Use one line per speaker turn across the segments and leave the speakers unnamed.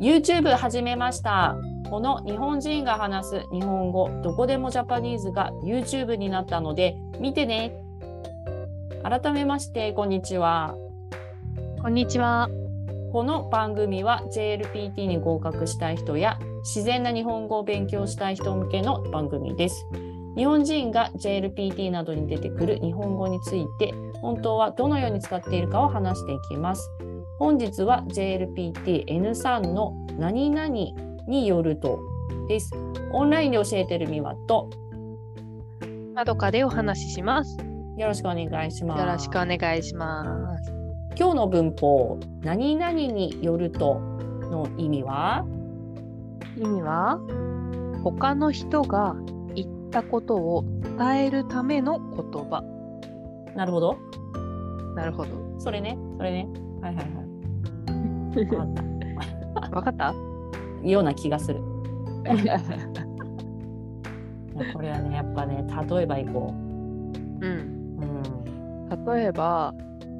YouTube 始めました。この日本人が話す日本語どこでもジャパニーズが YouTube になったので見てね。改めましてこんにちは。
こんにちは。
この番組は JLPT に合格したい人や自然な日本語を勉強したい人向けの番組です。日本人が JLPT などに出てくる日本語について本当はどのように使っているかを話していきます。本日は JLPTN3 の何々によるとです。オンラインで教えてるみわと
まどかでお話しします。よ
よろしくお願いします。
ろしくお願いします。
今日の文法何々によるとの意味は
意味は他の人が言ったことを伝えるための言葉。
なるほど。
なるほど。
それね、それね。はいはいはい。わかっ
わか った？
たような気がする。もうこれはね、やっぱね、例えばいこ
うん。
う。うん。
例えば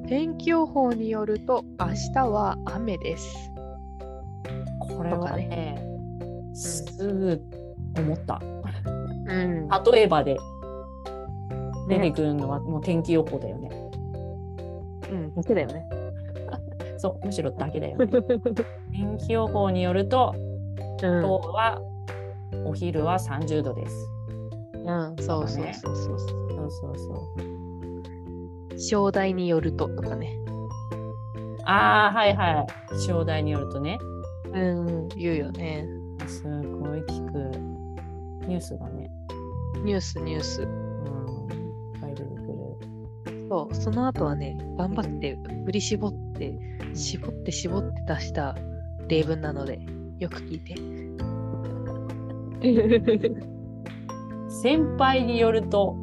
天気予報によると明日は雨です。
これはね、すぐ思った。
うん。
例えばで出てくるのはもう天気予報だよね。
うん。だけだよね。
そう、むしろだけだよ、 ね。天気予報によると、
うん。
今日はお昼は30度です。
うん。そうそうそうそ
そう
うそう。
そうそう。
気象台によるととかね。
ああ、はいはい。気象台によるとね。
うん。言うよね。
すごい聞くニュースがね、
ニュースニュース。
うん、いっぱい出てくる。
そう、その後はね、頑張って振り絞って、絞って絞って出した例文なので、よく 聞いて。
先輩によると、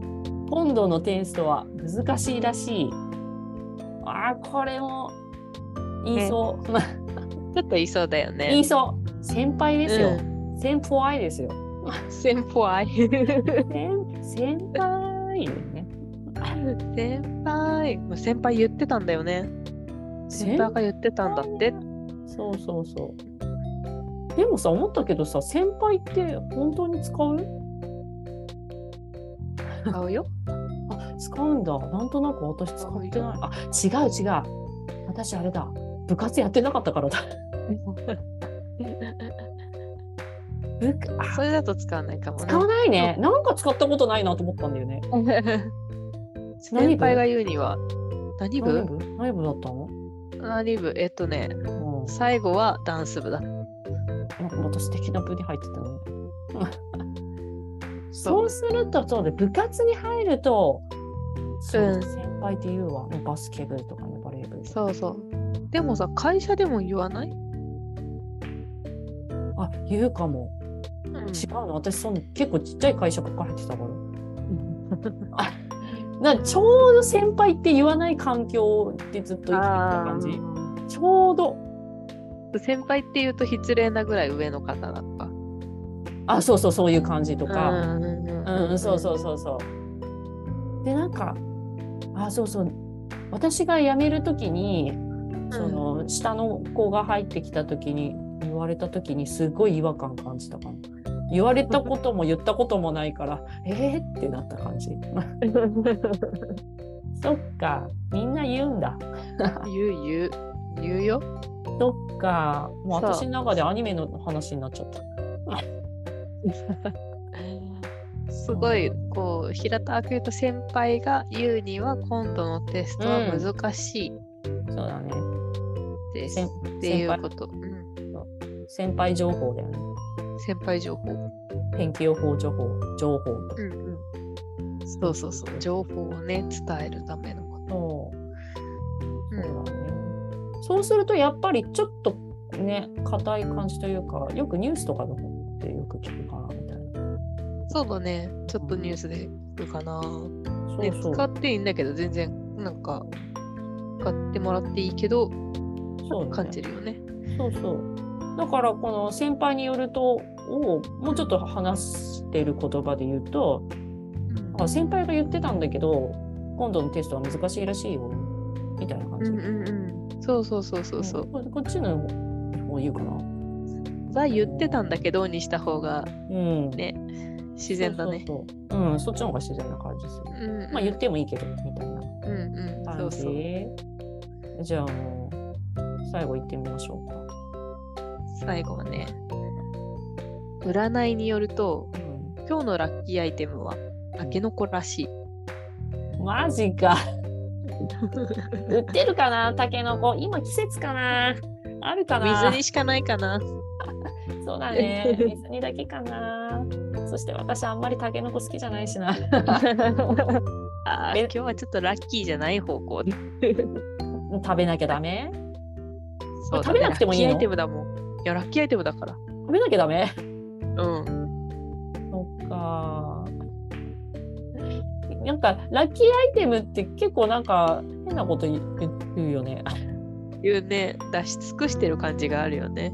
今度のテストは難しいらしい。ああ、これも言いそう。まあ
ちょっと言いそうだよね。
言いそう。先輩ですよ。先輩ですよ。
うん先輩。
先先輩よね。
先輩。もう先輩言ってたんだよね。先
先
輩が言ってたんだって。
そうそうそう。でもさ、思ったけどさ、先輩って本当に使う
買うよ。
あ使うんだ。なんとなく私使ってない。あ違う違う。私あれだ。部活やってなかったからだ。部活あ
それだと使わないかもね。
使わないね。なんか使ったことないなと思ったんだよね。
先輩が言うには、何
何
部
部何部だったの、
何部えっとね、
うん
最後はダンス部だ。
なんか私的な部に入ってた ね。そうすると、そうで、部活に入ると、そう
うん
先輩って言うわ。バスケ部とかね、バレー部。
そうそう。でもさ、会社でも言わない、
あ、言うかも。
うん
違うの私その結構ちっちゃい会社ばっかり入ってたからあなちょうど先輩って言わない環境でずっと生きてきた感じちょうど
先輩って言うと失礼なぐらい上の方だった。
あそうそうそういう感じと
と
か
うん
うん、そうそううそうそうでなんかあそうそう私が辞める時にその下の子が入ってきた時に言われた時にすごい違和感感じたかも言われたことも言ったこともないからえーってなった感 じ
ん。
そっか、みんな言うんだ。
言う言う。言うよ。
そっか、もう
そう
私の中でアニメの話になっちゃった。
すごい、こう、平たく言うと先輩が言うには今度のテストは難しい
そうだね。
です。
先
ってい
先
う
輩
こと。うん
先輩情報だよね。
先輩情報。う
天気予報情報、情報と。
んうん。そうそうそう。情報をね、伝えるためのこ
そう
と。
そうだね。そうすると、やっぱりちょっとね、硬い感じというか、よくニュースとかの方ってよく聞くかなみたいな。
そうだね。ちょっとニュースで聞くかな。
そ
ね
うそう。
使っていいんだけど全然なんか使ってもらっていいけど
そうだ
感
ね
じるよね。
そうそう。だからこの先輩によるとをもうちょっと話してる言葉で言うと、あ先輩が言ってたんだけど今度のテストは難しいらしいよみたいな感
う
じ、
んうんうん。そうそうそうそうそう。
ここっちの方言うかな
ザ言ってたんだけどにした方が
うん、
ね、自然だね。
そうそうそううん、そっちの方が自然な感じする。
うんうん
まあ言ってもいいけどみたいな
うんうん、そ
感
う
じ。
そう。
じゃあもう最後行ってみましょうか。
最後はね、占いによると、
う
今日のラッキーアイテムは、タケノコらしい。
ん、マジか。売ってるかなタケノコ。今季節かなあるかな
水にしかないかな。
そうだね。水にだけかな。そして私あんまりタケノコ好きじゃないしな。
あー今日はちょっとラッキーじゃない方向で。
食べなきゃダメ
そうだ
食べなくてもいいの
ラッキーアイテムだもん。いや、ラッキーアイテムだから。
食べなきゃダメ
うん。
そっか。なんかラッキーアイテムって結構なんか変なこと言う言うよね。
いうね、出し尽くしてる感じがあるよね。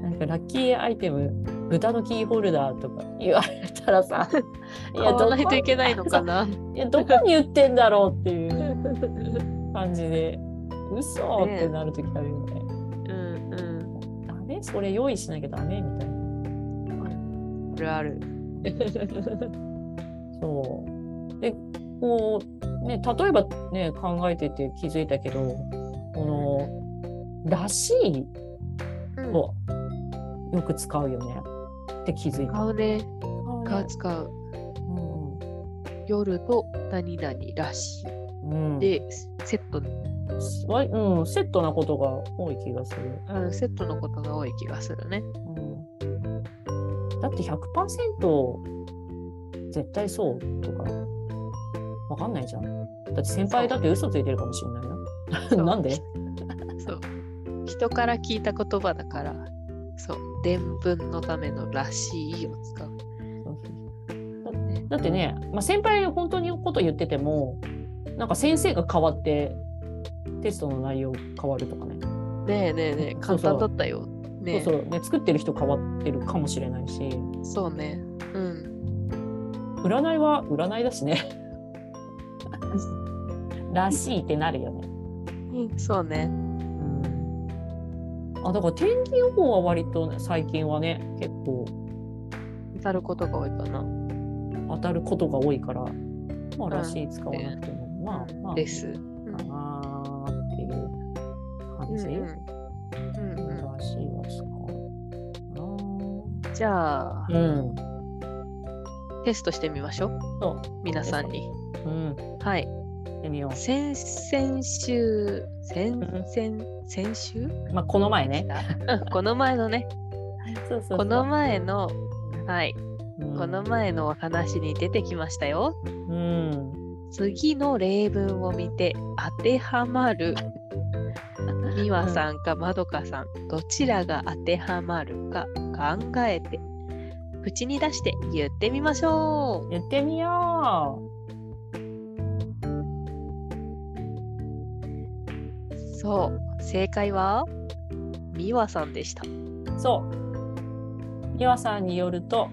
なんかラッキーアイテム豚のキーホルダーとか言われたら さい
買わないとい
どこ
けないのかな。
いやどこに売ってんだろうっていう感じで嘘ってなる時あるよね。
うんうん。
ダメそれ用意しなきゃダメみたいな。
あるある。
そう。で、こう、ね、例えばね、考えてて気づいたけど、この、らしい
うん
をよく使うよねって気づいた。
買うね。使う
使
使う。
うね
夜と何々らし
うんうん
い。で、セット、
すわいうん、セットなことが多い気がする。
うん、セットのことが多い気がするね。
うんだって100%絶対そうとかわかんないじゃん。だって先輩だって嘘ついてるかもしれ ない
そ
よ。
う
なんで
そう。人から聞いた言葉だから、そう。伝聞のためのらしいを使う。ね
だってね、まあ、先輩が本当にこと言っててもなんか先生が変わってテストの内容変わるとかね
ねえねえねえ、
そう
簡
そう
単だったよ。ねえ、
そうそうね作ってる人変わってるかもしれないし
そうね。うん。
占いは占いだし ねらしいってなるよね。
そうね。
あだから天気予報は割とね最近はね結構
当たることが多いかな。
当たることが多いからまあらしい使わなくても、まあまあ
です。う
か
ん
なーっていう感じ、
うんうん
らしいは使う
じゃあ、
かなうん
テストしてみましょう。
そ
皆さんに。
うん
はい。
やってみよ
先先週、先
ん
先先週、
うまあこの前ね
うんこの前のね、
そうそうそう
この前の、はい、
うん
この前のお話に出てきましたよ。
うん
次の例文を見て当てはまる。美和さんかまどかさん、どちらが当てはまるか考えて、口に出して言ってみましょう。
やってみよ
そう、正解は、美和さんでした。
うそう美和さんによると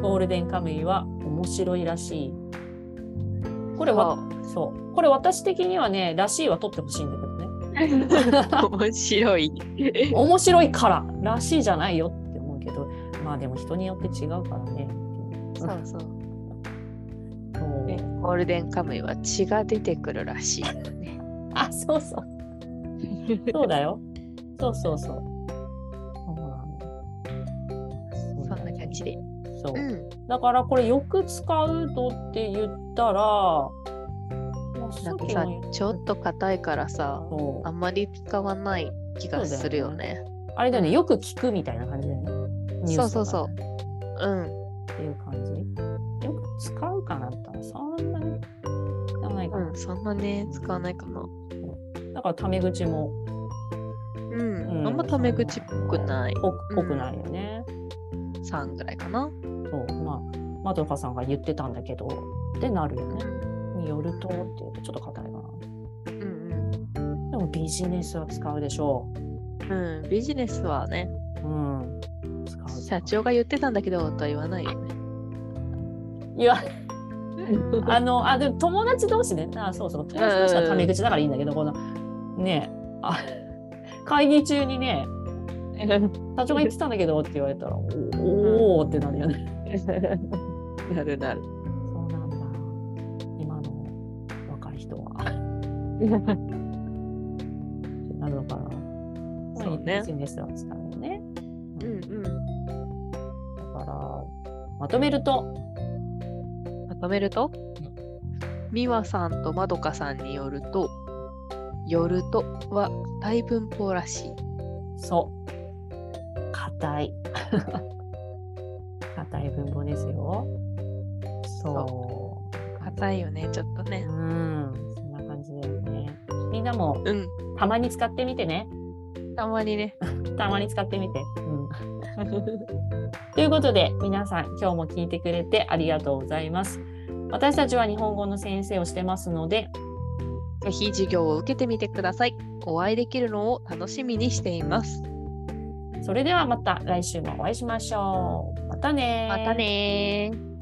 ゴールデンカムイは面白いらしいこれはそうこれ私的にはねらしいは取ってほしいんだけどね
面白い。
面白いかららしいじゃないよって思うけどまあでも人によって違うからね
そうそう。
そう
ね、ゴールデンカムイは血が出てくるらしい、ね。
あそうそうそうだよ。そうそうそう。そうなの。
そんな感じで。
そうう。
ん。
だからこれよく使うのって言ったら、もうさ
な
っ
んか
き
さ
の、
ちょっと硬いからさ、
そう
あんまり使わない気がするよね。
あれだよね、よく聞くみたいな感じだよね。ニュースとか
そうそう
ね
うん。
っていう感じ。よく使うかなって言ったら、そんなに使わないかな
う。ん。そんなね、使わないかな。
だからタメ口も、
うん。
うん
あんまタメ口っぽくない。
ぽぽくないよね。
さんぐらいか
そ
な。
う。まあ、まどかさんが言ってたんだけど、ってなるよね。によるとっていうとちょっと硬いかな。
うんうん
でもビジネスは使うでしょ
うん。うん。ビジネスはね、
う。うん。使う。
社長が言ってたんだけど、とは言わないよね。
いや、 あの、あ、でも友達同士ね。あ、そうそう。友達同士はタメ口だからいいんだけど、この、ねえあ、会議中にね、社長が言ってたんだけどって言われたら、おおーってなるよね。
なるなる。
そうなんだ。今の若い人 は。なるのかな。
そうね
SNS は使うよね。
うんう
だから、まとめると、
ん。まとめると、美和さんとまどかさんによると、よるとは大文法らしい。
そう。硬い。 硬い文法ですよ。そう。
硬いよね、ちょっとね
う。ん。そんな感じだよね。みんなも
うん。
たまに使ってみてね。
たまにね。
たまに使ってみて。うん、 ということで皆さん今日も聞いてくれてありがとうございます。私たちは日本語の先生をしてますので
ぜひ授業を受けてみてください。お会いできるのを楽しみにしています。
それではまた来週もお会いしましょう。またね
またねー